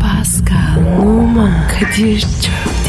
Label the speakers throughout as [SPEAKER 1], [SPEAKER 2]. [SPEAKER 1] Pascal, Oman, Kadir çok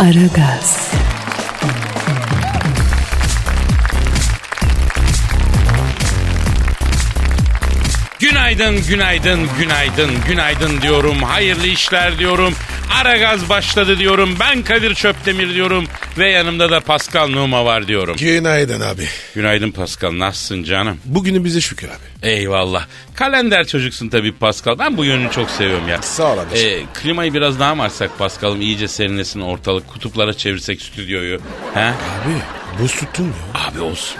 [SPEAKER 1] Aragaz,
[SPEAKER 2] Günaydın, günaydın, günaydın, günaydın diyorum. Hayırlı işler diyorum. Ara gaz başladı diyorum. Ben Kadir Çöptemir diyorum. Ve yanımda da Pascal Numa var diyorum.
[SPEAKER 3] Günaydın abi.
[SPEAKER 2] Günaydın Pascal. Nasılsın canım?
[SPEAKER 3] Bugünü bize şükür abi.
[SPEAKER 2] Eyvallah. Kalender çocuksun tabii Pascal. Ben bu yönünü çok seviyorum ya.
[SPEAKER 3] Sağ ol abi.
[SPEAKER 2] Ee, klimayı biraz daha mı açsak Pascal'ım? iyice serinlesin ortalık. Kutuplara çevirsek stüdyoyu. He?
[SPEAKER 3] Abi buz tuttun ya.
[SPEAKER 2] Abi olsun.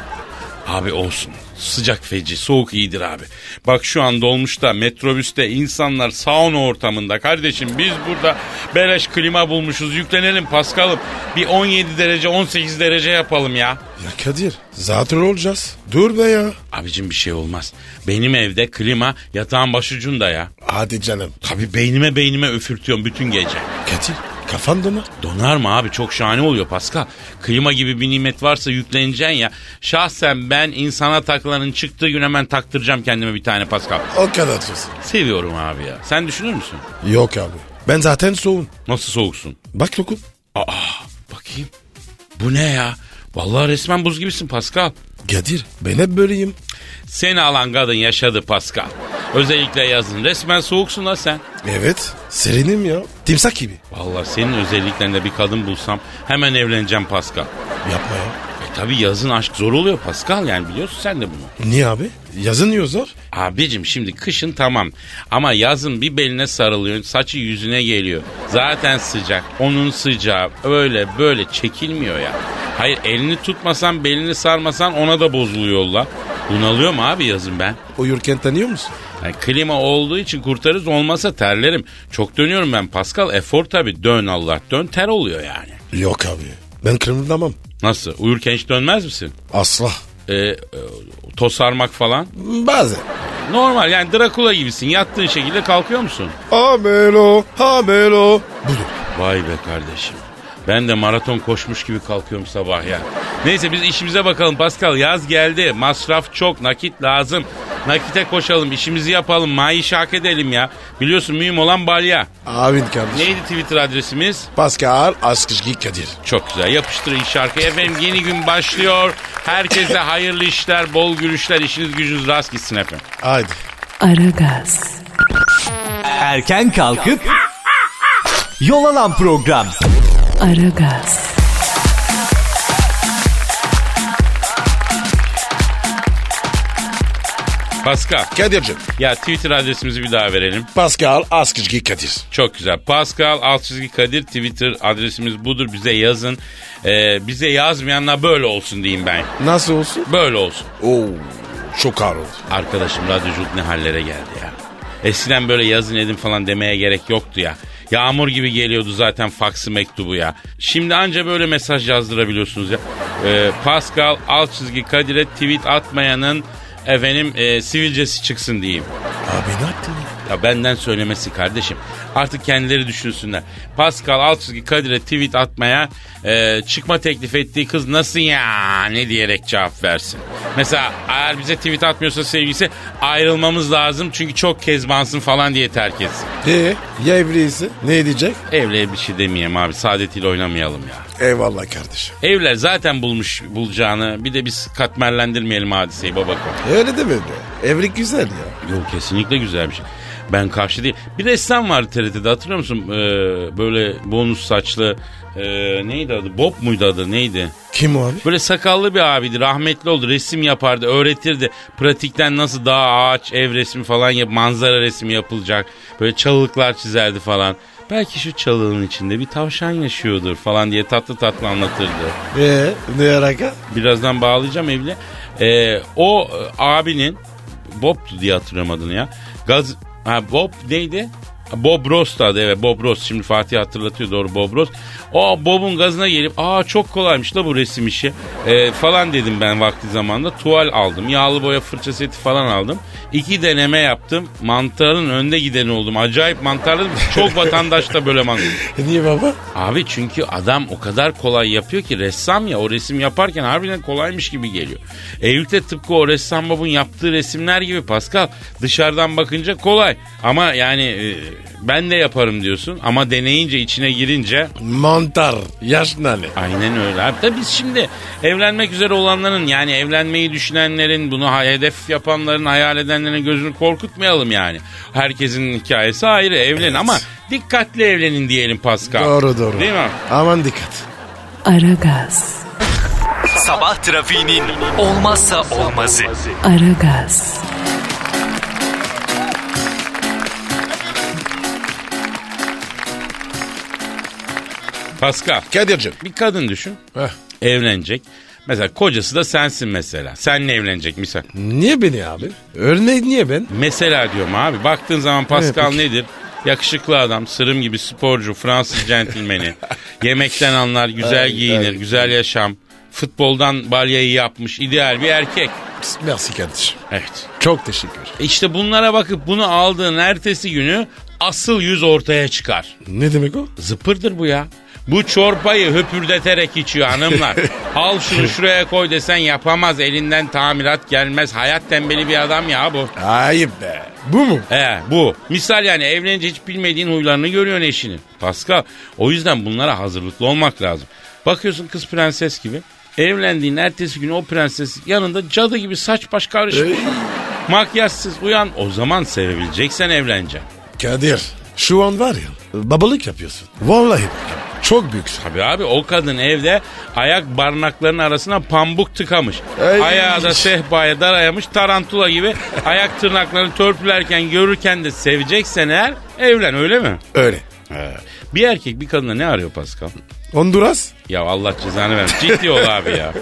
[SPEAKER 2] Abi olsun. Sıcak feci, soğuk iyidir abi. Bak şu an dolmuşta, metrobüste insanlar sauna ortamında. Kardeşim biz burada beleş klima bulmuşuz. Yüklenelim Paskal'ım. Bir 17 derece, 18 derece yapalım ya.
[SPEAKER 3] Ya Kadir zaten olacağız. Dur be ya.
[SPEAKER 2] Abicim bir şey olmaz. Benim evde klima yatağın başucunda ya.
[SPEAKER 3] Hadi canım.
[SPEAKER 2] Tabii beynime beynime öfürtüyorum bütün gece.
[SPEAKER 3] Kadir kafan dona.
[SPEAKER 2] Donar mı abi? Çok şahane oluyor Pascal. Klima gibi bir nimet varsa yükleneceksin ya. Şahsen ben insana takılanın çıktığı gün hemen taktıracağım kendime bir tane Pascal.
[SPEAKER 3] O kadar diyorsun.
[SPEAKER 2] Seviyorum abi ya. Sen düşünür müsün?
[SPEAKER 3] Yok abi. Ben zaten soğum.
[SPEAKER 2] Nasıl soğuksun?
[SPEAKER 3] Bak dokun.
[SPEAKER 2] Aa bakayım. Bu ne ya? Vallahi resmen buz gibisin Pascal.
[SPEAKER 3] Kadir ben hep böyleyim.
[SPEAKER 2] Seni alan kadın yaşadı Pascal. Özellikle yazın. Resmen soğuksun la sen.
[SPEAKER 3] Evet. Serinim ya. Timsak gibi.
[SPEAKER 2] Vallahi senin özelliklerinde bir kadın bulsam hemen evleneceğim Pascal.
[SPEAKER 3] Yapma ya.
[SPEAKER 2] E tabi yazın aşk zor oluyor Pascal yani biliyorsun sen de bunu.
[SPEAKER 3] Niye abi? Yazın yiyor zor.
[SPEAKER 2] Abicim şimdi kışın tamam ama yazın bir beline sarılıyor saçı yüzüne geliyor. Zaten sıcak onun sıcağı öyle böyle çekilmiyor ya. Hayır elini tutmasan belini sarmasan ona da bozuluyor la. Bunalıyor mu abi yazın ben?
[SPEAKER 3] Uyurken tanıyor musun?
[SPEAKER 2] Yani klima olduğu için kurtarız olmasa terlerim. Çok dönüyorum ben Pascal efor tabi dön Allah dön ter oluyor yani.
[SPEAKER 3] Yok abi. Ben kırmızılamam.
[SPEAKER 2] Nasıl uyurken hiç dönmez misin?
[SPEAKER 3] Asla.
[SPEAKER 2] Ee, e, tosarmak falan.
[SPEAKER 3] Bazen.
[SPEAKER 2] Normal yani Drakula gibisin yattığın şekilde kalkıyor musun?
[SPEAKER 3] Amelo, amelo. Budur.
[SPEAKER 2] Vay be kardeşim. Ben de maraton koşmuş gibi kalkıyorum sabah ya. Neyse biz işimize bakalım Pascal. Yaz geldi. Masraf çok. Nakit lazım. Nakite koşalım. işimizi yapalım. Maaşı hak edelim ya. Biliyorsun mühim olan balya.
[SPEAKER 3] Abin kardeşim.
[SPEAKER 2] Neydi Twitter adresimiz?
[SPEAKER 3] Pascal Askışki Kadir.
[SPEAKER 2] Çok güzel. Yapıştırın şarkıyı. Efendim yeni gün başlıyor. Herkese hayırlı işler, bol gülüşler. işiniz gücünüz rast gitsin efendim.
[SPEAKER 3] Haydi.
[SPEAKER 1] Aragaz,
[SPEAKER 4] Erken kalkıp yol alan program.
[SPEAKER 1] Aragaz,
[SPEAKER 2] Pascal.
[SPEAKER 3] Kadir'cim.
[SPEAKER 2] Ya Twitter adresimizi bir daha verelim.
[SPEAKER 3] Pascal Askışki Kadir.
[SPEAKER 2] Çok güzel. Pascal alt çizgi Kadir Twitter adresimiz budur. Bize yazın. Ee, bize yazmayanlar böyle olsun diyeyim ben.
[SPEAKER 3] Nasıl olsun?
[SPEAKER 2] Böyle olsun.
[SPEAKER 3] Oo, çok ağır oldu.
[SPEAKER 2] Arkadaşım radyoculuk ne hallere geldi ya. Eskiden böyle yazın edin falan demeye gerek yoktu ya. Yağmur gibi geliyordu zaten faksı mektubu ya. Şimdi anca böyle mesaj yazdırabiliyorsunuz ya. Ee, Pascal alt çizgi Kadir'e tweet atmayanın efendim e, sivilcesi çıksın diyeyim.
[SPEAKER 3] Abi ne yaptın ya?
[SPEAKER 2] Ya benden söylemesi kardeşim. Artık kendileri düşünsünler. Pascal alt çizgi Kadir'e tweet atmaya e, çıkma teklif ettiği kız nasıl ya ne diyerek cevap versin. Mesela eğer bize tweet atmıyorsa sevgilisi ayrılmamız lazım çünkü çok kezbansın falan diye terk etsin.
[SPEAKER 3] Ee, ya evliyse? Ne edecek?
[SPEAKER 2] Evle bir şey demeyeyim abi saadetiyle oynamayalım ya.
[SPEAKER 3] Eyvallah kardeşim.
[SPEAKER 2] Evler zaten bulmuş bulacağını bir de biz katmerlendirmeyelim hadiseyi baba.
[SPEAKER 3] Öyle deme be. Evlilik güzel ya.
[SPEAKER 2] Yok kesinlikle güzel bir şey. Ben karşı değil. Bir ressam vardı TRT'de hatırlıyor musun? Ee, böyle bonus saçlı ee, neydi adı? Bob muydu adı neydi?
[SPEAKER 3] Kim o abi?
[SPEAKER 2] Böyle sakallı bir abiydi. Rahmetli oldu. Resim yapardı. Öğretirdi. Pratikten nasıl daha ağaç, ev resmi falan yap, manzara resmi yapılacak. Böyle çalılıklar çizerdi falan. Belki şu çalığın içinde bir tavşan yaşıyordur falan diye tatlı tatlı anlatırdı.
[SPEAKER 3] Ee, ne alaka?
[SPEAKER 2] Birazdan bağlayacağım evle. Ee, o e, abinin Bob'tu diye hatırlamadım ya. Gaz ha, Bob neydi? Bob Ross da adı evet Bob Ross. Şimdi Fatih hatırlatıyor doğru Bob Ross. O Bob'un gazına gelip aa çok kolaymış la bu resim işi Ee, falan dedim ben vakti zamanında. Tuval aldım. Yağlı boya fırça seti falan aldım. İki deneme yaptım. Mantarın önde gideni oldum. Acayip mantarlı çok vatandaş da böyle mantar.
[SPEAKER 3] E niye baba?
[SPEAKER 2] Abi çünkü adam o kadar kolay yapıyor ki ressam ya o resim yaparken harbiden kolaymış gibi geliyor. Evlilikte tıpkı o ressam babun yaptığı resimler gibi Pascal dışarıdan bakınca kolay. Ama yani e, ben de yaparım diyorsun ama deneyince içine girince
[SPEAKER 3] Mantar. Yaş nane.
[SPEAKER 2] aynen öyle. Abi de biz şimdi evlenmek üzere olanların yani evlenmeyi düşünenlerin bunu ha- hedef yapanların hayal edenlerin gözünü korkutmayalım yani. Herkesin hikayesi ayrı evlen ama dikkatli evlenin diyelim Pascal.
[SPEAKER 3] Doğru doğru.
[SPEAKER 2] Değil mi?
[SPEAKER 3] Aman dikkat.
[SPEAKER 1] Aragaz,
[SPEAKER 4] Sabah trafiğinin olmazsa olmazı.
[SPEAKER 1] Aragaz,
[SPEAKER 2] Pascal.
[SPEAKER 3] Kadir'cim.
[SPEAKER 2] Bir kadın düşün.
[SPEAKER 3] Heh.
[SPEAKER 2] Evlenecek. Mesela kocası da sensin mesela. Seninle evlenecek misal.
[SPEAKER 3] Niye beni abi? Örneğin niye ben?
[SPEAKER 2] Mesela diyorum abi. Baktığın zaman Pascal
[SPEAKER 3] Evet,
[SPEAKER 2] nedir? Yakışıklı adam, sırım gibi sporcu, Fransız centilmeni. Yemekten anlar, güzel
[SPEAKER 3] Ay,
[SPEAKER 2] giyinir,
[SPEAKER 3] ay.
[SPEAKER 2] güzel yaşam. Futboldan balyayı yapmış, ideal bir erkek.
[SPEAKER 3] Merci kardeşim.
[SPEAKER 2] Evet.
[SPEAKER 3] Çok teşekkür.
[SPEAKER 2] İşte bunlara bakıp bunu aldığın ertesi günü asıl yüz ortaya çıkar.
[SPEAKER 3] Ne demek o?
[SPEAKER 2] Zıpırdır bu ya. Bu çorbayı höpürdeterek içiyor hanımlar. Al şunu şuraya koy desen yapamaz. Elinden tamirat gelmez. Hayat tembeli bir adam ya bu.
[SPEAKER 3] Ayıp be. Bu mu?
[SPEAKER 2] He bu. Misal yani evlenince hiç bilmediğin huylarını görüyorsun eşinin. Pascal. O yüzden bunlara hazırlıklı olmak lazım. Bakıyorsun kız prenses gibi. Evlendiğin ertesi gün o prenses yanında cadı gibi saç baş karışmış. Makyajsız uyan. O zaman sevebileceksen evleneceksin.
[SPEAKER 3] Kadir. Şu an var ya. Babalık yapıyorsun. Vallahi bak. Çok büyüksün.
[SPEAKER 2] Tabii abi o kadın evde ayak barnaklarının arasına pambuk tıkamış.
[SPEAKER 3] Ay.
[SPEAKER 2] Ayağı da sehpaya darayamış tarantula gibi ayak tırnaklarını törpülerken görürken de seveceksen eğer evlen öyle mi?
[SPEAKER 3] Öyle.
[SPEAKER 2] Bir erkek bir kadına ne arıyor Pascal?
[SPEAKER 3] Honduras.
[SPEAKER 2] Ya Allah cezanı versin. Ciddi ol abi ya.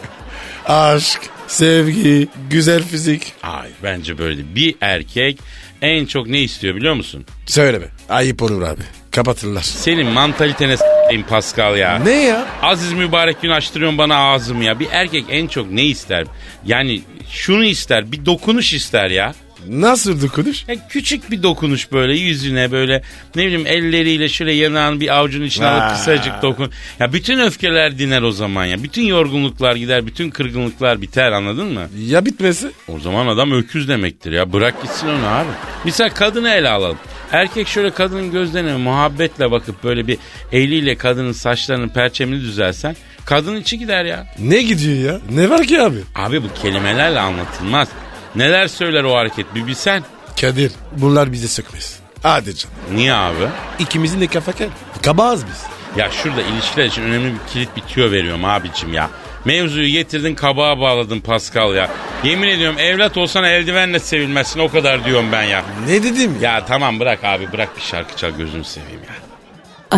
[SPEAKER 3] Aşk. Sevgi. Güzel fizik.
[SPEAKER 2] Ay bence böyle değil. Bir erkek en çok ne istiyor biliyor musun?
[SPEAKER 3] Söyle be. Ayıp olur abi. Kapatırlar.
[SPEAKER 2] Senin mantalitene s**eyim Pascal ya.
[SPEAKER 3] Ne ya?
[SPEAKER 2] Aziz mübarek gün açtırıyorsun bana ağzımı ya. Bir erkek en çok ne ister? Yani şunu ister, bir dokunuş ister ya.
[SPEAKER 3] Nasıl dokunuş?
[SPEAKER 2] Ya küçük bir dokunuş böyle yüzüne böyle ne bileyim elleriyle şöyle yanağını bir avucun içine alıp
[SPEAKER 3] Vay.
[SPEAKER 2] kısacık dokun. Ya bütün öfkeler diner o zaman ya. Bütün yorgunluklar gider, bütün kırgınlıklar biter anladın mı?
[SPEAKER 3] Ya bitmesi?
[SPEAKER 2] O zaman adam öküz demektir ya. Bırak gitsin onu abi. Misal kadını ele alalım. Erkek şöyle kadının gözlerine muhabbetle bakıp böyle bir eliyle kadının saçlarının perçemini düzelsen kadın içi gider ya.
[SPEAKER 3] Ne gidiyor ya? Ne var ki abi?
[SPEAKER 2] Abi bu kelimelerle anlatılmaz. Neler söyler o hareket bir bilsen.
[SPEAKER 3] Kadir bunlar bize sökmez. Hadi canım.
[SPEAKER 2] Niye abi?
[SPEAKER 3] İkimizin de kafa kel. Kabağız biz.
[SPEAKER 2] Ya şurada ilişkiler için önemli bir kilit bir tüyo veriyorum abicim ya. Mevzuyu getirdin kabağa bağladın Pascal ya. Yemin ediyorum evlat olsan eldivenle sevilmezsin o kadar diyorum ben ya.
[SPEAKER 3] Ne dedim
[SPEAKER 2] Ya tamam bırak abi bırak bir şarkı çal gözünü seveyim ya.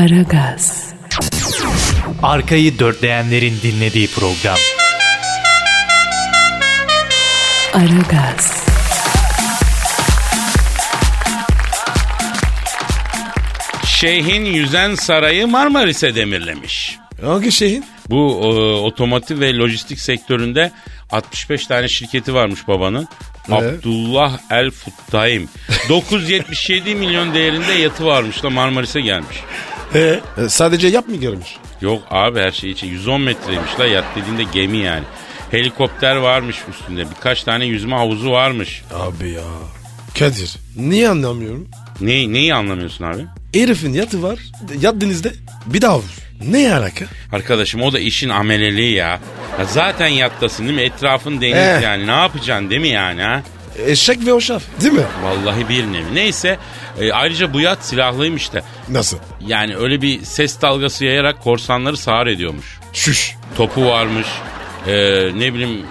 [SPEAKER 1] Aragaz,
[SPEAKER 4] Arkayı dörtleyenlerin dinlediği program.
[SPEAKER 1] Aragaz,
[SPEAKER 2] Şeyhin yüzen sarayı Marmaris'e demirlemiş.
[SPEAKER 3] Hangi şeyin?
[SPEAKER 2] Bu e, otomotiv ve lojistik sektöründe 65 tane şirketi varmış babanın. Abdullah El Futtaim. 977 milyon değerinde yatı varmış da Marmaris'e gelmiş.
[SPEAKER 3] Ee, sadece yap mı görmüş?
[SPEAKER 2] Yok abi her şey için 110 metreymiş la yat dediğinde gemi yani. Helikopter varmış üstünde birkaç tane yüzme havuzu varmış.
[SPEAKER 3] Abi ya. Kadir niye anlamıyorum?
[SPEAKER 2] Ne, neyi anlamıyorsun abi?
[SPEAKER 3] Herifin yatı var. Yat denizde. Bir daha vur. Ne alaka?
[SPEAKER 2] Arkadaşım o da işin ameleliği ya. ya zaten yattasın değil mi? Etrafın deniz
[SPEAKER 3] Eh.
[SPEAKER 2] yani ne yapacaksın değil mi yani ha?
[SPEAKER 3] Eşek ve oşaf. Değil mi?
[SPEAKER 2] Vallahi bir nevi. Neyse e, ayrıca bu yat silahlıymış da.
[SPEAKER 3] Nasıl?
[SPEAKER 2] Yani öyle bir ses dalgası yayarak korsanları sağır ediyormuş.
[SPEAKER 3] Şuş.
[SPEAKER 2] Topu varmış. e, ne bileyim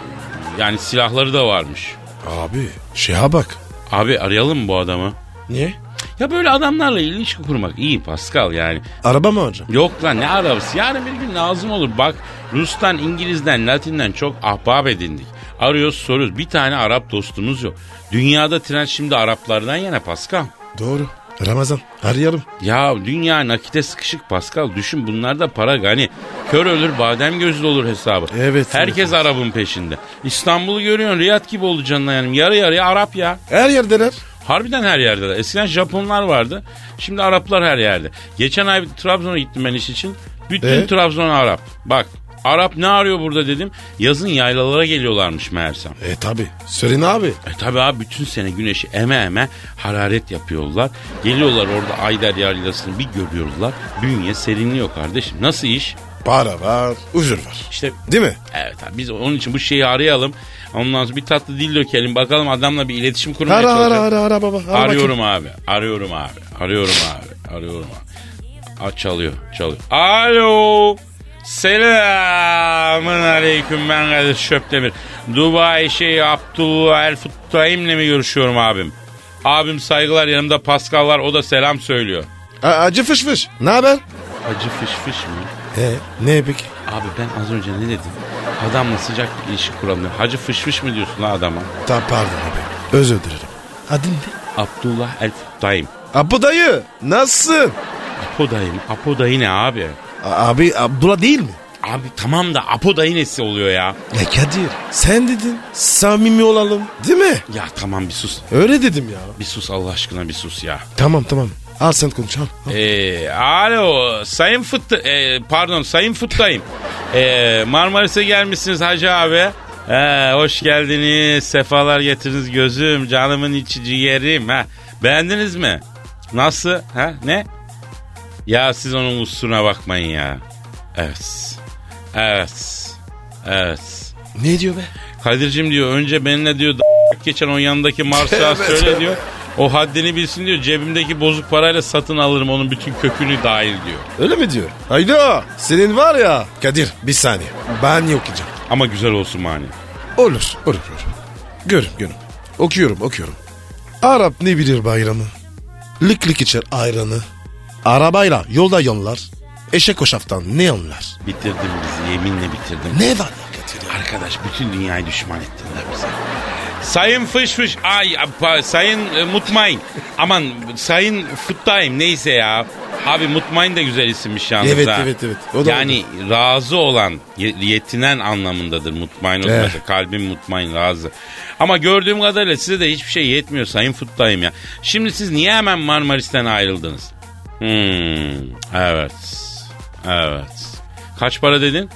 [SPEAKER 2] yani silahları da varmış.
[SPEAKER 3] Abi şeye bak.
[SPEAKER 2] Abi arayalım mı bu adamı?
[SPEAKER 3] Niye?
[SPEAKER 2] Ya böyle adamlarla ilişki kurmak iyi Pascal yani.
[SPEAKER 3] Araba mı hocam?
[SPEAKER 2] Yok lan ne arabası yarın bir gün lazım olur. Bak Rus'tan, İngiliz'den, Latin'den çok ahbap edindik. Arıyoruz soruyoruz. Bir tane Arap dostumuz yok. Dünyada tren şimdi Araplardan yana Pascal.
[SPEAKER 3] Doğru. Ramazan arayalım.
[SPEAKER 2] Ya dünya nakite sıkışık Pascal. Düşün bunlarda para gani. Hani Kör ölür badem gözlü olur hesabı.
[SPEAKER 3] Evet,
[SPEAKER 2] Herkes
[SPEAKER 3] evet.
[SPEAKER 2] Arap'ın peşinde. İstanbul'u görüyorsun Riyad gibi oldu canına yanım. Yarı yarıya Arap ya.
[SPEAKER 3] Her yerdeler.
[SPEAKER 2] Harbiden her yerde. Eskiden Japonlar vardı. Şimdi Araplar her yerde. Geçen ay Trabzon'a gittim ben iş için. Bütün
[SPEAKER 3] E?
[SPEAKER 2] Trabzon Arap. Bak Arap ne arıyor burada dedim. Yazın yaylalara geliyorlarmış meğersem.
[SPEAKER 3] E tabi. Söyle abi.
[SPEAKER 2] E tabi abi bütün sene güneşi eme eme hararet yapıyorlar. Geliyorlar orada Ayder Yaylası'nı bir görüyorlar. Bünye serinliyor kardeşim. Nasıl iş?
[SPEAKER 3] Para var, huzur var.
[SPEAKER 2] İşte
[SPEAKER 3] Değil mi?
[SPEAKER 2] evet abi biz onun için bu şeyi arayalım. Ondan sonra bir tatlı dil dökelim. Bakalım adamla bir iletişim kurmaya
[SPEAKER 3] Ara
[SPEAKER 2] çalışalım.
[SPEAKER 3] ara ara ara baba. Ara bakayım.
[SPEAKER 2] Arıyorum abi. Arıyorum abi. Arıyorum abi. Arıyorum abi. Aa, çalıyor. Çalıyor. Alo. Selamın aleyküm ben Kadir Şöpdemir. Dubai şeyi Abdullah El Futtaim'le mi görüşüyorum abim? Abim saygılar yanımda Pascal var o da selam söylüyor.
[SPEAKER 3] A- acı fış fış. Ne haber?
[SPEAKER 2] Acı fış fış mı?
[SPEAKER 3] E, ne peki?
[SPEAKER 2] Abi ben az önce ne dedim? Adamla sıcak bir ilişki kuralım. Hacı fış fış mı diyorsun lan adama?
[SPEAKER 3] Ta pardon abi. Özür dilerim. Adın ne?
[SPEAKER 2] Abdullah El Futtaim.
[SPEAKER 3] Abu dayı. Nasılsın?
[SPEAKER 2] Apo dayı mı? Apo dayı ne abi?
[SPEAKER 3] A- abi Abdullah değil mi?
[SPEAKER 2] Abi tamam da Apo dayı nesi oluyor ya?
[SPEAKER 3] Ya Kadir sen dedin samimi olalım değil mi?
[SPEAKER 2] Ya tamam bir sus.
[SPEAKER 3] Öyle dedim ya.
[SPEAKER 2] Bir sus Allah aşkına bir sus ya.
[SPEAKER 3] Tamam tamam. Al sen konuş al.
[SPEAKER 2] Ee, alo Sayın Fıttı... ee, pardon Sayın Fıttayım. Ee, Marmaris'e gelmişsiniz Hacı abi. Ee, hoş geldiniz. Sefalar getirdiniz gözüm. Canımın içi ciğerim. Ha. Beğendiniz mi? Nasıl? Ha? Ne? Ya siz onun usluna bakmayın ya. Evet. Evet. Evet.
[SPEAKER 3] Ne diyor be?
[SPEAKER 2] Kadir'cim diyor önce benimle diyor d- geçen o yanındaki Mars'a
[SPEAKER 3] Evet,
[SPEAKER 2] söyle
[SPEAKER 3] evet.
[SPEAKER 2] diyor. O haddini bilsin diyor. Cebimdeki bozuk parayla satın alırım onun bütün kökünü dahil diyor.
[SPEAKER 3] Öyle mi diyor? Hayda senin var ya. Kadir bir saniye. Ben okuyacağım.
[SPEAKER 2] Ama güzel olsun mani.
[SPEAKER 3] Olur olur olur. Görüm görüm. Okuyorum okuyorum. Arap ne bilir bayramı? Lık lık içer ayranı. Arabayla yolda yanlar. Eşek hoşaftan ne anlar?
[SPEAKER 2] Bitirdim bizi yeminle bitirdim.
[SPEAKER 3] Ne var ya Kadir ya?
[SPEAKER 2] Arkadaş bütün dünyayı düşman ettiler bize. Sayın Fış Fış, ay apa- Sayın e, Mutmain. Aman Sayın Futtayim neyse ya. Abi Mutmain de güzel isimmiş yalnız
[SPEAKER 3] Evet,
[SPEAKER 2] ha.
[SPEAKER 3] evet, evet. O da
[SPEAKER 2] yani razı olan, ye- yetinen anlamındadır Mutmain
[SPEAKER 3] Eh.
[SPEAKER 2] olması. Kalbim Mutmain razı. Ama gördüğüm kadarıyla size de hiçbir şey yetmiyor Sayın Futtayim ya. Şimdi siz niye hemen Marmaris'ten ayrıldınız? Hmm, evet. Evet. Kaç para dedin?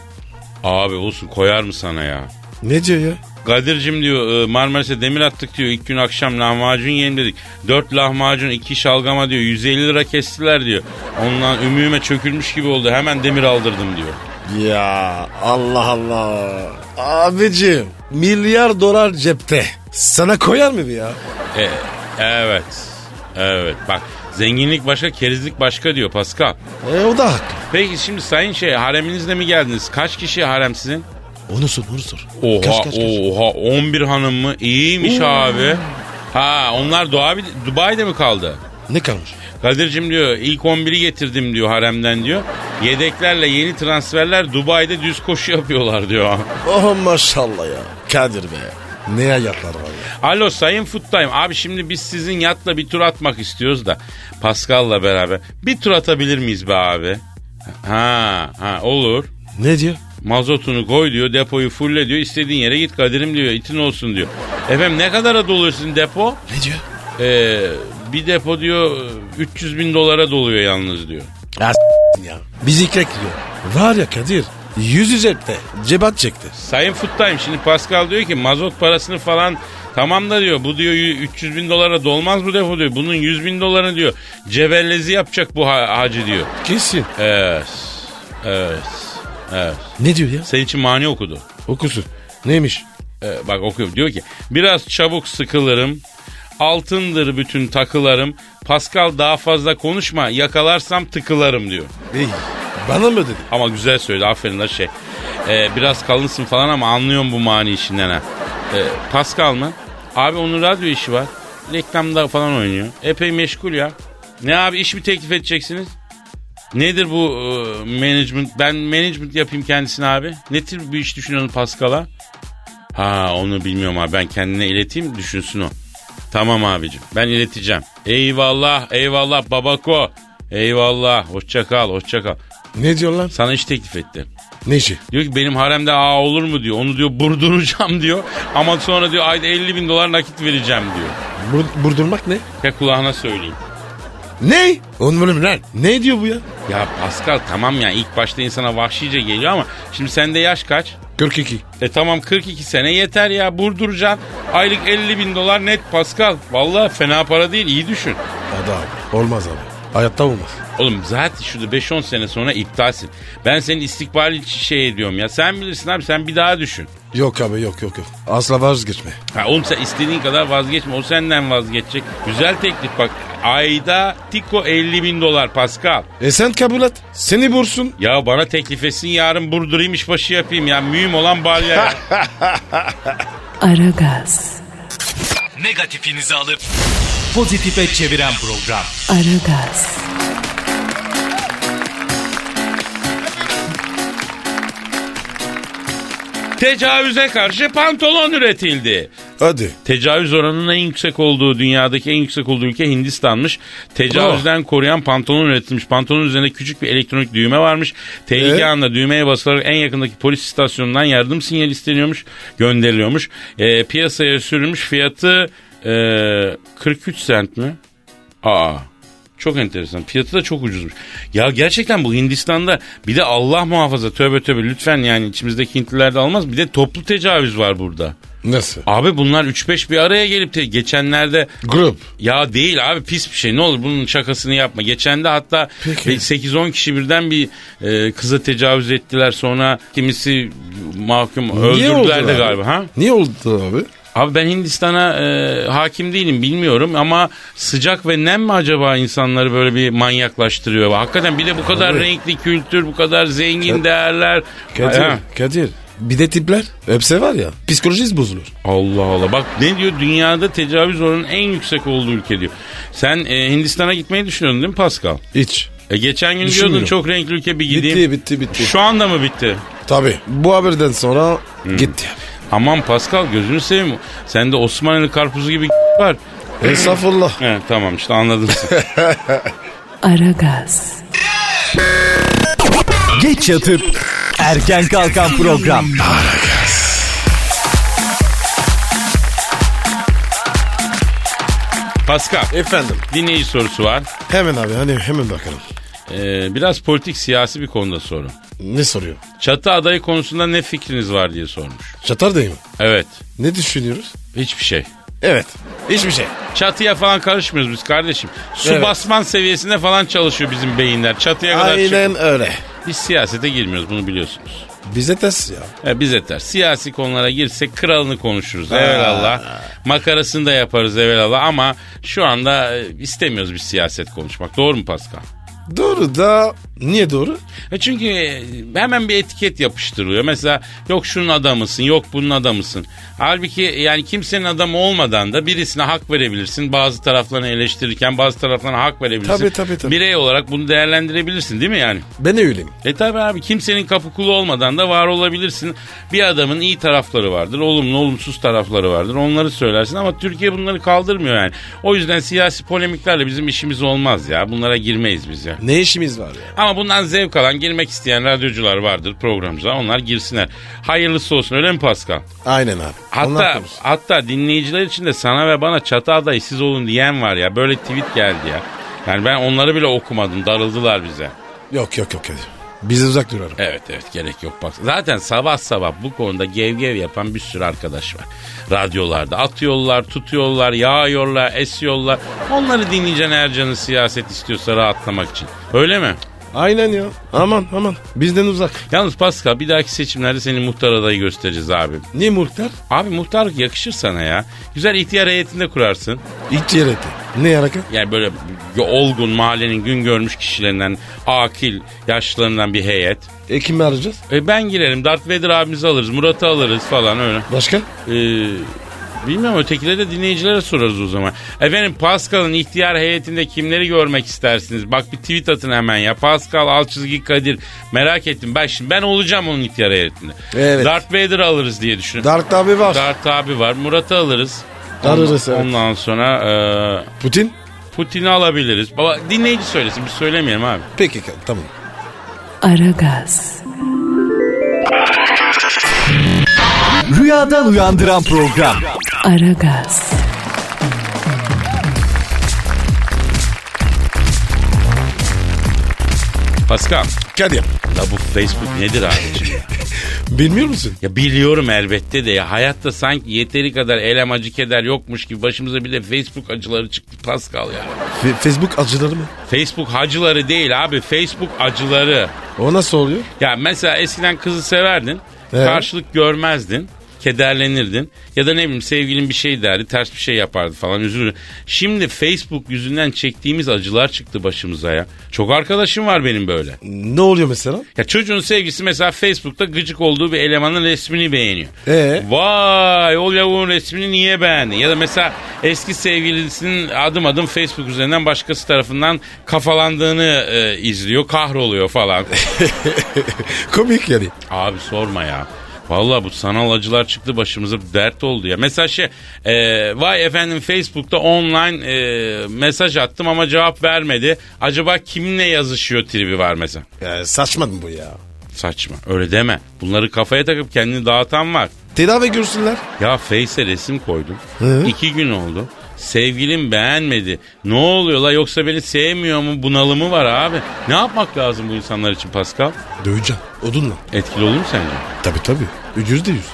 [SPEAKER 2] Abi olsun koyar mı sana ya?
[SPEAKER 3] Ne diyor ya?
[SPEAKER 2] Kadir'cim diyor e, Marmaris'e demir attık diyor. İlk gün akşam lahmacun yiyelim dedik. Dört lahmacun iki şalgama diyor. 150 lira kestiler diyor. Ondan ümüğüme çökülmüş gibi oldu. Hemen demir aldırdım diyor.
[SPEAKER 3] Ya Allah Allah. Abicim milyar dolar cepte. Sana koyar mı bu ya?
[SPEAKER 2] E, evet. Evet bak zenginlik başka kerizlik başka diyor Pascal.
[SPEAKER 3] E o da haklı.
[SPEAKER 2] Peki şimdi sayın şey hareminizle mi geldiniz? Kaç kişi harem sizin?
[SPEAKER 3] Onu sor onu sor.
[SPEAKER 2] Oha
[SPEAKER 3] Kaç, kaç, kaç?
[SPEAKER 2] oha 11 hanım mı? İyiymiş abi. Ha onlar Dubai, Dubai'de mi kaldı?
[SPEAKER 3] Ne kalmış?
[SPEAKER 2] Kadir'cim diyor ilk 11'i getirdim diyor haremden diyor. Yedeklerle yeni transferler Dubai'de düz koşu yapıyorlar diyor.
[SPEAKER 3] Oh maşallah ya. Kadir be. Ne ayaklar var ya.
[SPEAKER 2] Alo Sayın Futtayım abi şimdi biz sizin yatla bir tur atmak istiyoruz da Pascal'la beraber bir tur atabilir miyiz be abi? Ha ha olur.
[SPEAKER 3] Ne diyor?
[SPEAKER 2] Mazotunu koy diyor depoyu fulle diyor istediğin yere git Kadir'im diyor itin olsun diyor. Efendim ne kadara doluyor sizin depo?
[SPEAKER 3] Ne diyor?
[SPEAKER 2] Ee, bir depo diyor 300 bin dolara doluyor yalnız diyor.
[SPEAKER 3] Ya ya. Bizi kekliyor. Var ya Kadir. Yüzü cepte. Cebat çekti.
[SPEAKER 2] Sayın Futtayım şimdi Pascal diyor ki mazot parasını falan tamam da diyor bu diyor 300 bin dolara dolmaz bu depo diyor. Bunun 100 bin dolarını diyor cebellezi yapacak bu ha- hacı diyor.
[SPEAKER 3] Kesin.
[SPEAKER 2] Evet. Evet. Evet.
[SPEAKER 3] Ne diyor ya?
[SPEAKER 2] Senin için mani okudu.
[SPEAKER 3] Okusun. Neymiş?
[SPEAKER 2] Ee, bak okuyorum diyor ki biraz çabuk sıkılırım. Altındır bütün takılarım. Pascal daha fazla konuşma yakalarsam tıkılarım diyor.
[SPEAKER 3] Ey, bana mı dedi?
[SPEAKER 2] Ama güzel söyledi aferin la şey. Ee, biraz kalınsın falan ama anlıyorum bu mani işinden ha. Ee, Pascal mı? Abi onun radyo işi var. Reklamda falan oynuyor. Epey meşgul ya. Ne abi iş mi teklif edeceksiniz? Nedir bu e, management? Ben management yapayım kendisine abi. Ne tür bir iş düşünüyorsun Pascal'a? Ha onu bilmiyorum abi. Ben kendine ileteyim düşünsün o. Tamam abicim ben ileteceğim. Eyvallah eyvallah babako. Eyvallah hoşça kal hoşça kal.
[SPEAKER 3] Ne diyorlar?
[SPEAKER 2] Sana iş teklif etti.
[SPEAKER 3] Ne işi?
[SPEAKER 2] Diyor ki benim haremde ağa olur mu diyor. Onu diyor burduracağım diyor. Ama sonra diyor ayda 50 bin dolar nakit vereceğim diyor.
[SPEAKER 3] Bur- burdurmak ne?
[SPEAKER 2] Ya kulağına söyleyeyim.
[SPEAKER 3] Ne? Onun bölümü lan. Ne diyor bu ya?
[SPEAKER 2] Ya Pascal tamam ya ilk başta insana vahşice geliyor ama şimdi sende yaş kaç?
[SPEAKER 3] 42.
[SPEAKER 2] E tamam 42 sene yeter ya burduracaksın. Aylık 50 bin dolar net Pascal. Vallahi fena para değil iyi düşün.
[SPEAKER 3] Adam. Olmaz abi. Hayatta olmaz.
[SPEAKER 2] Oğlum zaten şurada 5-10 sene sonra iptalsin. Ben senin istikbali için şey ediyorum ya. Sen bilirsin abi sen bir daha düşün.
[SPEAKER 3] Yok abi yok yok yok. Asla vazgeçme.
[SPEAKER 2] Ha oğlum sen istediğin kadar vazgeçme. O senden vazgeçecek. Güzel teklif bak. Ayda Tiko 50 bin dolar Pascal.
[SPEAKER 3] E sen kabul et. Seni bursun.
[SPEAKER 2] Ya bana teklif etsin yarın burdurayım işbaşı yapayım ya. Mühim olan balya ya.
[SPEAKER 1] Aragaz,
[SPEAKER 4] Negatifinizi alıp pozitife çeviren program.
[SPEAKER 1] Aragaz,
[SPEAKER 2] Tecavüze karşı pantolon üretildi.
[SPEAKER 3] Hadi.
[SPEAKER 2] Tecavüz oranının en yüksek olduğu dünyadaki en yüksek olduğu ülke Hindistan'mış. Tecavüzden koruyan pantolon üretilmiş. Pantolonun üzerinde küçük bir elektronik düğme varmış. Tehlike
[SPEAKER 3] Ee?
[SPEAKER 2] anında düğmeye basılarak en yakındaki polis istasyonundan yardım sinyali isteniyormuş, gönderiliyormuş. Ee, piyasaya sürülmüş fiyatı ee, 43 cent mi? Aa. Çok enteresan. Fiyatı da çok ucuzmuş. Ya gerçekten bu Hindistan'da bir de Allah muhafaza tövbe tövbe lütfen yani içimizdeki Hintliler de almaz. Bir de toplu tecavüz var burada.
[SPEAKER 3] Nasıl?
[SPEAKER 2] Abi bunlar 3-5 bir araya gelip de geçenlerde
[SPEAKER 3] Grup.
[SPEAKER 2] ya değil abi pis bir şey ne olur bunun şakasını yapma. Geçen de hatta
[SPEAKER 3] Peki.
[SPEAKER 2] bir 8-10 kişi birden bir e, kıza tecavüz ettiler sonra kimisi mahkum öldürdüler
[SPEAKER 3] oldu
[SPEAKER 2] de
[SPEAKER 3] abi?
[SPEAKER 2] galiba. Ha?
[SPEAKER 3] Niye oldu abi?
[SPEAKER 2] Abi ben Hindistan'a e, hakim değilim bilmiyorum ama sıcak ve nem mi acaba insanları böyle bir manyaklaştırıyor? Hakikaten bir de bu kadar renkli kültür bu kadar zengin değerler.
[SPEAKER 3] Kadir.
[SPEAKER 2] Ha.
[SPEAKER 3] Kadir. Bir de tipler. Hepsi var ya. Psikolojiniz bozulur.
[SPEAKER 2] Allah Allah. Bak ne diyor? Dünyada tecavüz oranının en yüksek olduğu ülke diyor. Sen e, Hindistan'a gitmeyi düşünüyordun değil mi Pascal?
[SPEAKER 3] Hiç.
[SPEAKER 2] E, geçen gün diyordun
[SPEAKER 3] Düşünmüyorum.
[SPEAKER 2] çok renkli ülke bir gideyim.
[SPEAKER 3] Bitti bitti bitti.
[SPEAKER 2] Şu anda mı bitti?
[SPEAKER 3] Tabii. Bu haberden sonra
[SPEAKER 2] Hmm.
[SPEAKER 3] gitti.
[SPEAKER 2] Aman Pascal gözünü seveyim. Sende Osmanlı karpuzu gibi var.
[SPEAKER 3] Estağfurullah.
[SPEAKER 2] He, tamam işte anladım.
[SPEAKER 1] Aragaz,
[SPEAKER 4] Geç yatıp erken kalkan program.
[SPEAKER 2] Pascal
[SPEAKER 3] Efendim.
[SPEAKER 2] dinleyici sorusu var.
[SPEAKER 3] Hemen abi hani hemen bakalım.
[SPEAKER 2] E, biraz politik siyasi bir konuda soru.
[SPEAKER 3] Ne soruyor?
[SPEAKER 2] Çatı adayı konusunda ne fikriniz var diye sormuş.
[SPEAKER 3] Çatar değil mi?
[SPEAKER 2] Evet
[SPEAKER 3] Ne düşünüyoruz?
[SPEAKER 2] hiçbir şey.
[SPEAKER 3] Evet. Hiçbir şey.
[SPEAKER 2] Çatıya falan karışmıyoruz biz kardeşim. Su
[SPEAKER 3] Evet.
[SPEAKER 2] basman seviyesinde falan çalışıyor bizim beyinler. Çatıya kadar çıkıyor.
[SPEAKER 3] Aynen öyle.
[SPEAKER 2] Biz siyasete girmiyoruz bunu biliyorsunuz.
[SPEAKER 3] Bize ters ya.
[SPEAKER 2] E, biz yeter. Siyasi konulara girsek kralını konuşuruz evelallah. Makarasını da yaparız evelallah ama şu anda e, istemiyoruz biz siyaset konuşmak. Doğru mu Pascal?
[SPEAKER 3] Doğru da niye doğru?
[SPEAKER 2] E çünkü e, hemen bir etiket yapıştırılıyor. Mesela yok şunun adamısın, yok bunun adamısın. Halbuki yani kimsenin adamı olmadan da birisine hak verebilirsin. Bazı taraflarını eleştirirken bazı taraflarına hak verebilirsin.
[SPEAKER 3] Tabii, tabii, tabii.
[SPEAKER 2] Birey olarak bunu değerlendirebilirsin değil mi yani?
[SPEAKER 3] Ben öyleyim.
[SPEAKER 2] E tabi abi kimsenin kapı kulu olmadan da var olabilirsin. Bir adamın iyi tarafları vardır. Olumlu olumsuz tarafları vardır. Onları söylersin ama Türkiye bunları kaldırmıyor yani. O yüzden siyasi polemiklerle bizim işimiz olmaz ya. Bunlara girmeyiz biz ya.
[SPEAKER 3] Ne işimiz var ya?
[SPEAKER 2] Ama bundan zevk alan girmek isteyen radyocular vardır programcılar. Onlar girsinler. Hayırlısı olsun öyle mi Pascal?
[SPEAKER 3] Aynen abi. Onlar
[SPEAKER 2] Hatta
[SPEAKER 3] konuşsun.
[SPEAKER 2] hatta dinleyiciler için de sana ve bana çatı adayı siz olun diyen var ya. Böyle tweet geldi ya. Yani ben onları bile okumadım. Darıldılar bize.
[SPEAKER 3] Yok yok yok. Kadir. Biz uzak duralım.
[SPEAKER 2] Evet evet gerek yok bak. Zaten sabah sabah bu konuda gevgev yapan bir sürü arkadaş var. Radyolarda atıyorlar, tutuyorlar, yağıyorlar, esiyorlar. Onları dinleyeceksin Ercan'ın siyaset istiyorsa rahatlamak için. Öyle mi?
[SPEAKER 3] Aynen ya. Aman aman. Bizden uzak.
[SPEAKER 2] Yalnız Pascal bir dahaki seçimlerde seni muhtar adayı göstereceğiz abi.
[SPEAKER 3] Niye muhtar?
[SPEAKER 2] Abi muhtarlık yakışır sana ya. Güzel ihtiyar heyetinde kurarsın.
[SPEAKER 3] İhtiyar etti. Ne hareket?
[SPEAKER 2] Yani böyle olgun mahallenin gün görmüş kişilerinden, akil yaşlarından bir heyet.
[SPEAKER 3] E kimi arayacağız?
[SPEAKER 2] E ben girerim. Darth Vader abimizi alırız. Murat'ı alırız falan öyle.
[SPEAKER 3] Başka?
[SPEAKER 2] Ee, bilmiyorum ötekileri de dinleyicilere sorarız o zaman. Efendim Pascal'ın ihtiyar heyetinde kimleri görmek istersiniz? Bak bir tweet atın hemen ya. Pascal alt çizgi Kadir. Merak ettim. Ben şimdi ben olacağım onun ihtiyar heyetinde.
[SPEAKER 3] Evet.
[SPEAKER 2] Darth Vader alırız diye düşünüyorum.
[SPEAKER 3] Dark abi var.
[SPEAKER 2] Dart abi var. Murat'ı alırız.
[SPEAKER 3] Ararız, evet.
[SPEAKER 2] Ondan sonra e,
[SPEAKER 3] Putin?
[SPEAKER 2] Putin'i alabiliriz. Baba dinleyici söylesin biz söylemeyelim abi.
[SPEAKER 3] Peki tamam.
[SPEAKER 1] Aragaz,
[SPEAKER 4] Rüyadan uyandıran program.
[SPEAKER 1] Aragaz,
[SPEAKER 2] Pascal
[SPEAKER 3] Kadir.
[SPEAKER 2] la bu Facebook nedir abiciğim?
[SPEAKER 3] Bilmiyor musun?
[SPEAKER 2] ya biliyorum elbette de ya hayatta sanki yeteri kadar elem acı keder yokmuş gibi başımıza bir de Facebook acıları çıktı Pascal ya.
[SPEAKER 3] Fe- Facebook acıları mı?
[SPEAKER 2] Facebook hacıları değil abi Facebook acıları.
[SPEAKER 3] O nasıl oluyor?
[SPEAKER 2] Ya mesela eskiden kızı severdin.
[SPEAKER 3] Evet.
[SPEAKER 2] Karşılık görmezdin. Kederlenirdin. Ya da ne bileyim sevgilin bir şey derdi. Ters bir şey yapardı falan üzülür. Şimdi Facebook yüzünden çektiğimiz acılar çıktı başımıza ya. Çok arkadaşım var benim böyle.
[SPEAKER 3] Ne oluyor mesela?
[SPEAKER 2] Ya çocuğun sevgisi mesela Facebook'ta gıcık olduğu bir elemanın resmini beğeniyor.
[SPEAKER 3] Ee?
[SPEAKER 2] Vay o lavuğun resmini niye beğendi? Ya da mesela eski sevgilisinin adım adım Facebook üzerinden başkası tarafından kafalandığını e, izliyor. Kahroluyor falan.
[SPEAKER 3] Komik yani.
[SPEAKER 2] Abi sorma ya. Vallahi bu sanal acılar çıktı başımıza bir dert oldu ya. Mesaj şey, e, vay efendim Facebook'ta online e, mesaj attım ama cevap vermedi. Acaba kiminle yazışıyor tribi var mesela.
[SPEAKER 3] Ya, saçma mı bu ya?
[SPEAKER 2] Saçma öyle deme. Bunları kafaya takıp kendini dağıtan var.
[SPEAKER 3] Tedavi görsünler.
[SPEAKER 2] Ya Face'e resim koydum.
[SPEAKER 3] Hı?
[SPEAKER 2] İki gün oldu. Sevgilim beğenmedi. Ne oluyor la yoksa beni sevmiyor mu bunalımı var abi. Ne yapmak lazım bu insanlar için Pascal?
[SPEAKER 3] Döveceğim. Odunla.
[SPEAKER 2] Etkili olur mu sence?
[SPEAKER 3] Tabii tabii. Yüzde yüz.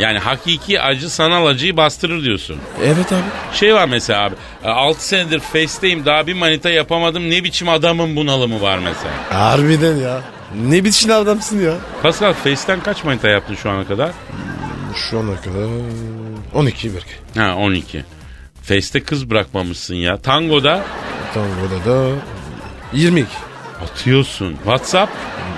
[SPEAKER 2] Yani hakiki acı sanal acıyı bastırır diyorsun.
[SPEAKER 3] Evet abi.
[SPEAKER 2] Şey var mesela abi. 6 senedir Face'teyim daha bir manita yapamadım. Ne biçim adamın bunalımı var mesela.
[SPEAKER 3] Harbiden ya. Ne biçim adamsın ya?
[SPEAKER 2] Pascal Face'ten kaç manita yaptın şu ana kadar?
[SPEAKER 3] Şu ana kadar 12 belki.
[SPEAKER 2] Ha 12. Face'te kız bırakmamışsın ya. Tango'da
[SPEAKER 3] Tamam burada da 22.
[SPEAKER 2] atıyorsun. WhatsApp.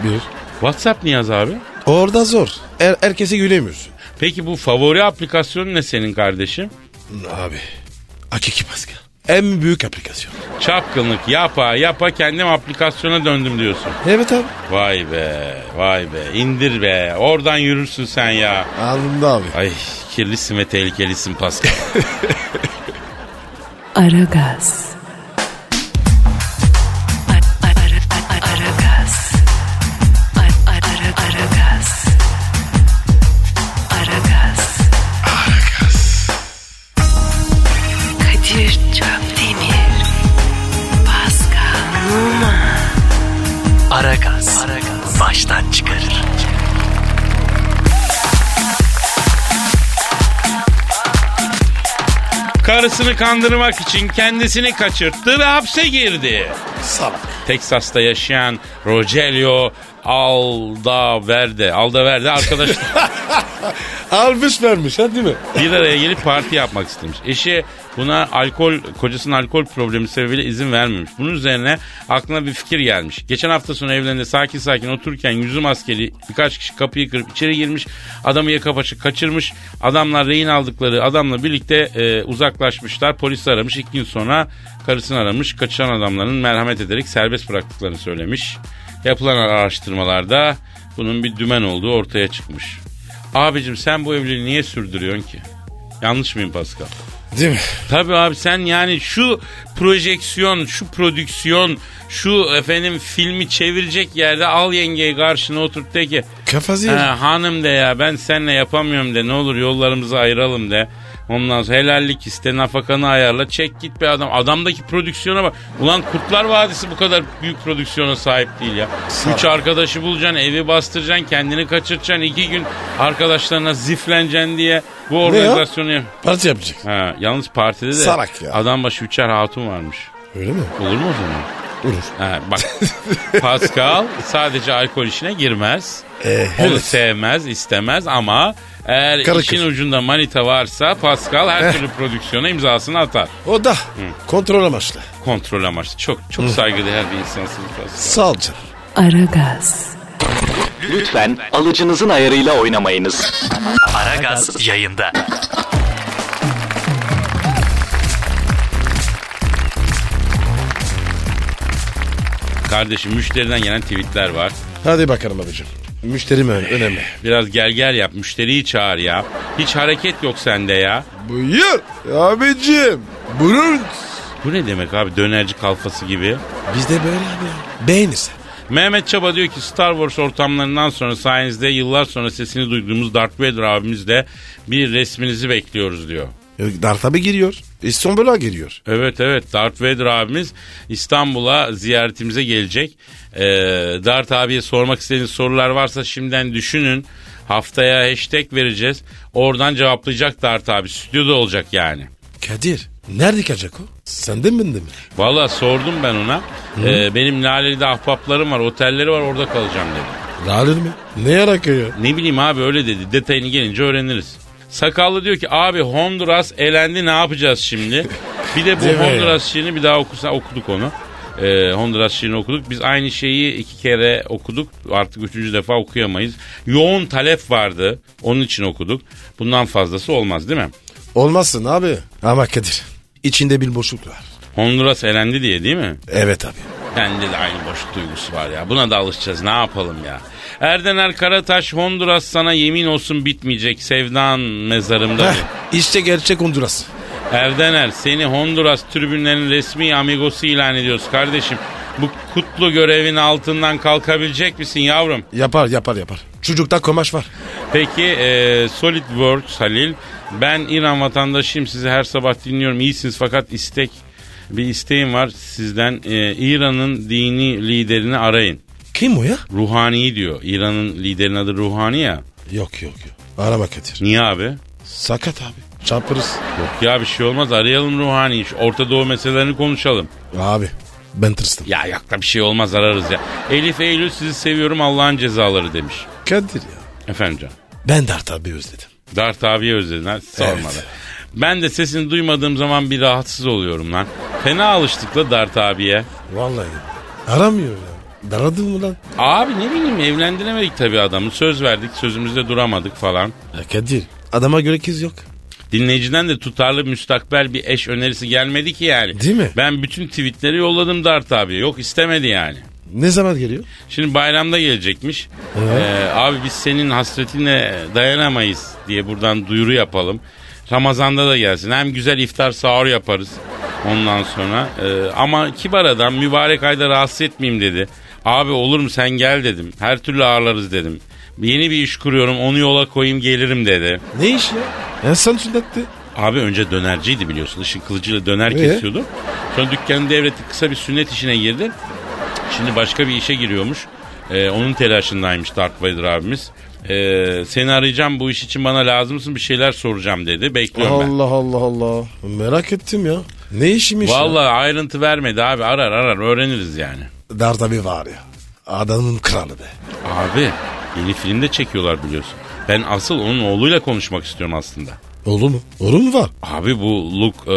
[SPEAKER 3] Bir.
[SPEAKER 2] WhatsApp Niyaz abi?
[SPEAKER 3] Orada zor. Er, herkese gülemiyorsun.
[SPEAKER 2] Peki bu favori aplikasyonun ne senin kardeşim?
[SPEAKER 3] Abi. Hakiki Pascal. En büyük aplikasyon.
[SPEAKER 2] Çapkınlık yapa yapa kendim aplikasyona döndüm diyorsun.
[SPEAKER 3] Evet abi.
[SPEAKER 2] Vay be vay be indir be oradan yürürsün sen ya.
[SPEAKER 3] Anında abi.
[SPEAKER 2] Ay kirlisin ve tehlikelisin Pascal.
[SPEAKER 1] Aragaz. Ara- ara- ara- Aragaz. Ara- ara- Aragaz. Aragaz. Kadir Çöpdemir. Pascal Numa.
[SPEAKER 4] Aragaz. Baştan çıkarır.
[SPEAKER 2] Karısını kandırmak için kendisini kaçırttı ve hapse girdi.
[SPEAKER 3] Salak.
[SPEAKER 2] Teksas'ta yaşayan Rogelio Aldaverde. Aldaverde arkadaş
[SPEAKER 3] Almış vermiş ha değil mi?
[SPEAKER 2] bir araya gelip parti yapmak istemiş. Eşi buna alkol, kocasının alkol problemi sebebiyle izin vermemiş. Bunun üzerine aklına bir fikir gelmiş. Geçen hafta sonu evlerinde sakin sakin otururken yüzü maskeli birkaç kişi kapıyı kırıp içeri girmiş. Adamı yaka paça kaçırmış. Adamlar rehin aldıkları adamla birlikte e, uzaklaşmışlar. Polisi aramış. İki gün sonra karısını aramış. Kaçan adamların merhamet ederek serbest bıraktıklarını söylemiş. Yapılan araştırmalarda bunun bir dümen olduğu ortaya çıkmış. Abicim sen bu evliliği niye sürdürüyorsun ki? Yanlış mıyım Pascal?
[SPEAKER 3] Değil mi?
[SPEAKER 2] Tabii abi sen yani şu projeksiyon, şu prodüksiyon, şu efendim filmi çevirecek yerde al yengeyi karşına oturt de ki
[SPEAKER 3] Kafası
[SPEAKER 2] "He,
[SPEAKER 3] yer.
[SPEAKER 2] hanım de ya ben seninle yapamıyorum de ne olur yollarımızı ayıralım de. Ondan sonra helallik iste nafakanı ayarla çek git be adam. Adamdaki prodüksiyona bak. Ulan Kurtlar Vadisi bu kadar büyük prodüksiyona sahip değil ya. Üç arkadaşı bulacaksın evi bastıracaksın kendini kaçıracaksın. iki gün arkadaşlarına zifleneceksin diye bu
[SPEAKER 3] Ne ya?
[SPEAKER 2] organizasyonu yap-
[SPEAKER 3] Parti yapacak.
[SPEAKER 2] Ha, yalnız partide de
[SPEAKER 3] Salak ya.
[SPEAKER 2] adam başı üçer hatun varmış.
[SPEAKER 3] Öyle mi?
[SPEAKER 2] Olur mu o zaman?
[SPEAKER 3] Olur.
[SPEAKER 2] Ha, bak Pascal sadece alkol işine girmez.
[SPEAKER 3] Ee,
[SPEAKER 2] Onu
[SPEAKER 3] evet.
[SPEAKER 2] sevmez, istemez ama eğer
[SPEAKER 3] Karı
[SPEAKER 2] işin
[SPEAKER 3] kız. Eh.
[SPEAKER 2] ucunda manita varsa Pascal her türlü prodüksiyona imzasını atar.
[SPEAKER 3] O da kontrol amaçlı.
[SPEAKER 2] Kontrol amaçlı. Çok
[SPEAKER 3] Hmm.
[SPEAKER 2] çok saygıdeğer bir insansın Pascal.
[SPEAKER 3] Sağ ol canım.
[SPEAKER 1] Aragaz,
[SPEAKER 5] Lütfen alıcınızın ayarıyla oynamayınız.
[SPEAKER 4] Aragaz yayında.
[SPEAKER 2] Kardeşim müşteriden gelen tweetler var.
[SPEAKER 3] Hadi bakalım abicim. Müşterim ön- önemli.
[SPEAKER 2] Biraz gel gel yap müşteriyi çağır ya. Hiç hareket yok sende ya.
[SPEAKER 3] Buyur abicim. Buyurun.
[SPEAKER 2] Bu ne demek abi dönerci kalfası gibi.
[SPEAKER 3] Bizde böyle abi. Beğenirse.
[SPEAKER 2] Mehmet Çaba diyor ki Star Wars ortamlarından sonra sayenizde yıllar sonra sesini duyduğumuz Darth Vader abimizle bir resminizi bekliyoruz diyor.
[SPEAKER 3] Dart'a bir giriyor. İstanbul'a giriyor.
[SPEAKER 2] Evet evet Darth Vader abimiz İstanbul'a ziyaretimize gelecek. Ee, Darth abiye sormak istediğiniz sorular varsa şimdiden düşünün. Haftaya hashtag vereceğiz. Oradan cevaplayacak Darth abi. Stüdyoda olacak yani.
[SPEAKER 3] Kadir. Nerede kalacak o? Sende mi bende mi?
[SPEAKER 2] Valla sordum ben ona. Ee, benim Laleli'de ahbaplarım var, otelleri var orada kalacağım dedi.
[SPEAKER 3] Lalir mi? Ne yarak ya?
[SPEAKER 2] Ne bileyim abi öyle dedi. Detayını gelince öğreniriz. Sakallı diyor ki abi Honduras elendi ne yapacağız şimdi? Bir de bu
[SPEAKER 3] Değil mi?
[SPEAKER 2] Honduras şiirini bir daha okusa okuduk onu. Ee, Honduras şiirini okuduk. Biz aynı şeyi iki kere okuduk. Artık üçüncü defa okuyamayız. Yoğun talep vardı. Onun için okuduk. Bundan fazlası olmaz değil mi?
[SPEAKER 3] Olmazsın abi. Ama Kadir. İçinde bir boşluk var.
[SPEAKER 2] Honduras elendi diye değil mi?
[SPEAKER 3] Evet abi.
[SPEAKER 2] Bende de aynı boşluk duygusu var ya. Buna da alışacağız. Ne yapalım ya? Erdener Karataş Honduras sana yemin olsun bitmeyecek. Sevdan mezarımda. diyor.
[SPEAKER 3] Heh, işte gerçek Honduras.
[SPEAKER 2] Erdener seni Honduras tribünlerinin resmi amigosu ilan ediyoruz kardeşim. Bu kutlu görevin altından kalkabilecek misin yavrum?
[SPEAKER 3] Yapar yapar yapar. Çocukta komaş var.
[SPEAKER 2] Peki e, SolidWorks Halil. Ben İran vatandaşıyım. Sizi her sabah dinliyorum. İyisiniz fakat istek bir isteğim var sizden. E, İran'ın dini liderini arayın.
[SPEAKER 3] Kim o ya?
[SPEAKER 2] Ruhani diyor. İran'ın liderinin adı Ruhani ya.
[SPEAKER 3] Yok yok yok. Arama Kadir.
[SPEAKER 2] Niye abi?
[SPEAKER 3] Sakat abi. Çarparız.
[SPEAKER 2] Yok ya bir şey olmaz arayalım Ruhani'yi. Şu Orta Doğu meselelerini konuşalım.
[SPEAKER 3] Abi ben tırstım.
[SPEAKER 2] Ya yakta bir şey olmaz ararız ya. Elif Eylül sizi seviyorum Allah'ın cezaları demiş.
[SPEAKER 3] Kadir ya.
[SPEAKER 2] Efendim canım.
[SPEAKER 3] Ben Dart abi özledim.
[SPEAKER 2] Dart abiye özledin ha sorma
[SPEAKER 3] Evet.
[SPEAKER 2] da. Ben de sesini duymadığım zaman bir rahatsız oluyorum lan. Fena alıştık la Dart abiye.
[SPEAKER 3] Vallahi. Aramıyor ya. Daradın mı lan?
[SPEAKER 2] Abi ne bileyim evlendiremedik tabii adamı. Söz verdik sözümüzde duramadık falan.
[SPEAKER 3] Ya Kadir. Adama göre kız yok.
[SPEAKER 2] Dinleyiciden de tutarlı müstakbel bir eş önerisi gelmedi ki yani.
[SPEAKER 3] Değil mi?
[SPEAKER 2] Ben bütün tweetleri yolladım Dart abi. Yok istemedi yani.
[SPEAKER 3] Ne zaman geliyor?
[SPEAKER 2] Şimdi bayramda gelecekmiş. Ee, abi biz senin hasretine dayanamayız diye buradan duyuru yapalım. Ramazan'da da gelsin. Hem güzel iftar sahur yaparız ondan sonra. Ee, ama kibar adam mübarek ayda rahatsız etmeyeyim dedi. Abi olur mu sen gel dedim. Her türlü ağırlarız dedim. Yeni bir iş kuruyorum onu yola koyayım gelirim dedi.
[SPEAKER 3] Ne iş ya? İnsan sünnetti.
[SPEAKER 2] Abi önce dönerciydi biliyorsun. Işın kılıcıyla döner
[SPEAKER 3] Ee?
[SPEAKER 2] kesiyordu. Sonra dükkanı devretti. Kısa bir sünnet işine girdi. Şimdi başka bir işe giriyormuş. Ee, onun telaşındaymış Darth Vader abimiz. Ee, seni arayacağım bu iş için bana lazımsın bir şeyler soracağım dedi. Bekliyorum ben.
[SPEAKER 3] Allah Allah Allah. Merak ettim ya. Ne işmiş
[SPEAKER 2] Vallahi ayrıntı vermedi abi arar arar öğreniriz yani.
[SPEAKER 3] ya? Dart abi var ya. Adamın kralı be.
[SPEAKER 2] Abi yeni filmde çekiyorlar biliyorsun. Ben asıl onun oğluyla konuşmak istiyorum aslında.
[SPEAKER 3] Oğlu mu? Oğlu mu var?
[SPEAKER 2] Abi bu Luke e,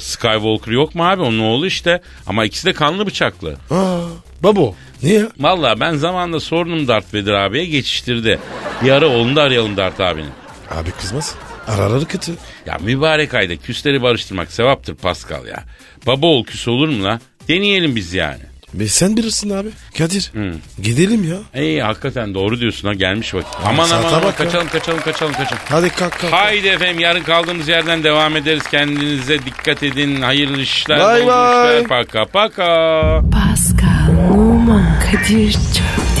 [SPEAKER 2] Skywalker yok mu abi onun oğlu işte. Ama ikisi de kanlı bıçaklı.
[SPEAKER 3] Aa, babo. Niye?
[SPEAKER 2] Vallahi ben zamanında sordum Darth Vader abiye geçiştirdi. Bir ara onu da arayalım Dart abinin.
[SPEAKER 3] Abi kızmaz. Araları kötü.
[SPEAKER 2] Ya mübarek ayda küsleri barıştırmak sevaptır Pascal ya. Baba ol küs olur mu la? Deneyelim biz yani.
[SPEAKER 3] Be sen bilirsin abi. Kadir.
[SPEAKER 2] Hmm.
[SPEAKER 3] Gidelim ya.
[SPEAKER 2] İyi hakikaten doğru diyorsun ha gelmiş vakit. Aman
[SPEAKER 3] saate
[SPEAKER 2] aman aman
[SPEAKER 3] bak ya.
[SPEAKER 2] kaçalım kaçalım kaçalım kaçalım.
[SPEAKER 3] Hadi kalk kalk.
[SPEAKER 2] Haydi efendim yarın kaldığımız yerden devam ederiz. Kendinize dikkat edin. Hayırlı işler.
[SPEAKER 3] Bay
[SPEAKER 2] bol
[SPEAKER 3] bay.
[SPEAKER 2] gülüşler. Paka paka.
[SPEAKER 1] Pascal, Oman, Kadir çok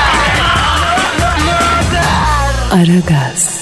[SPEAKER 1] Aragaz.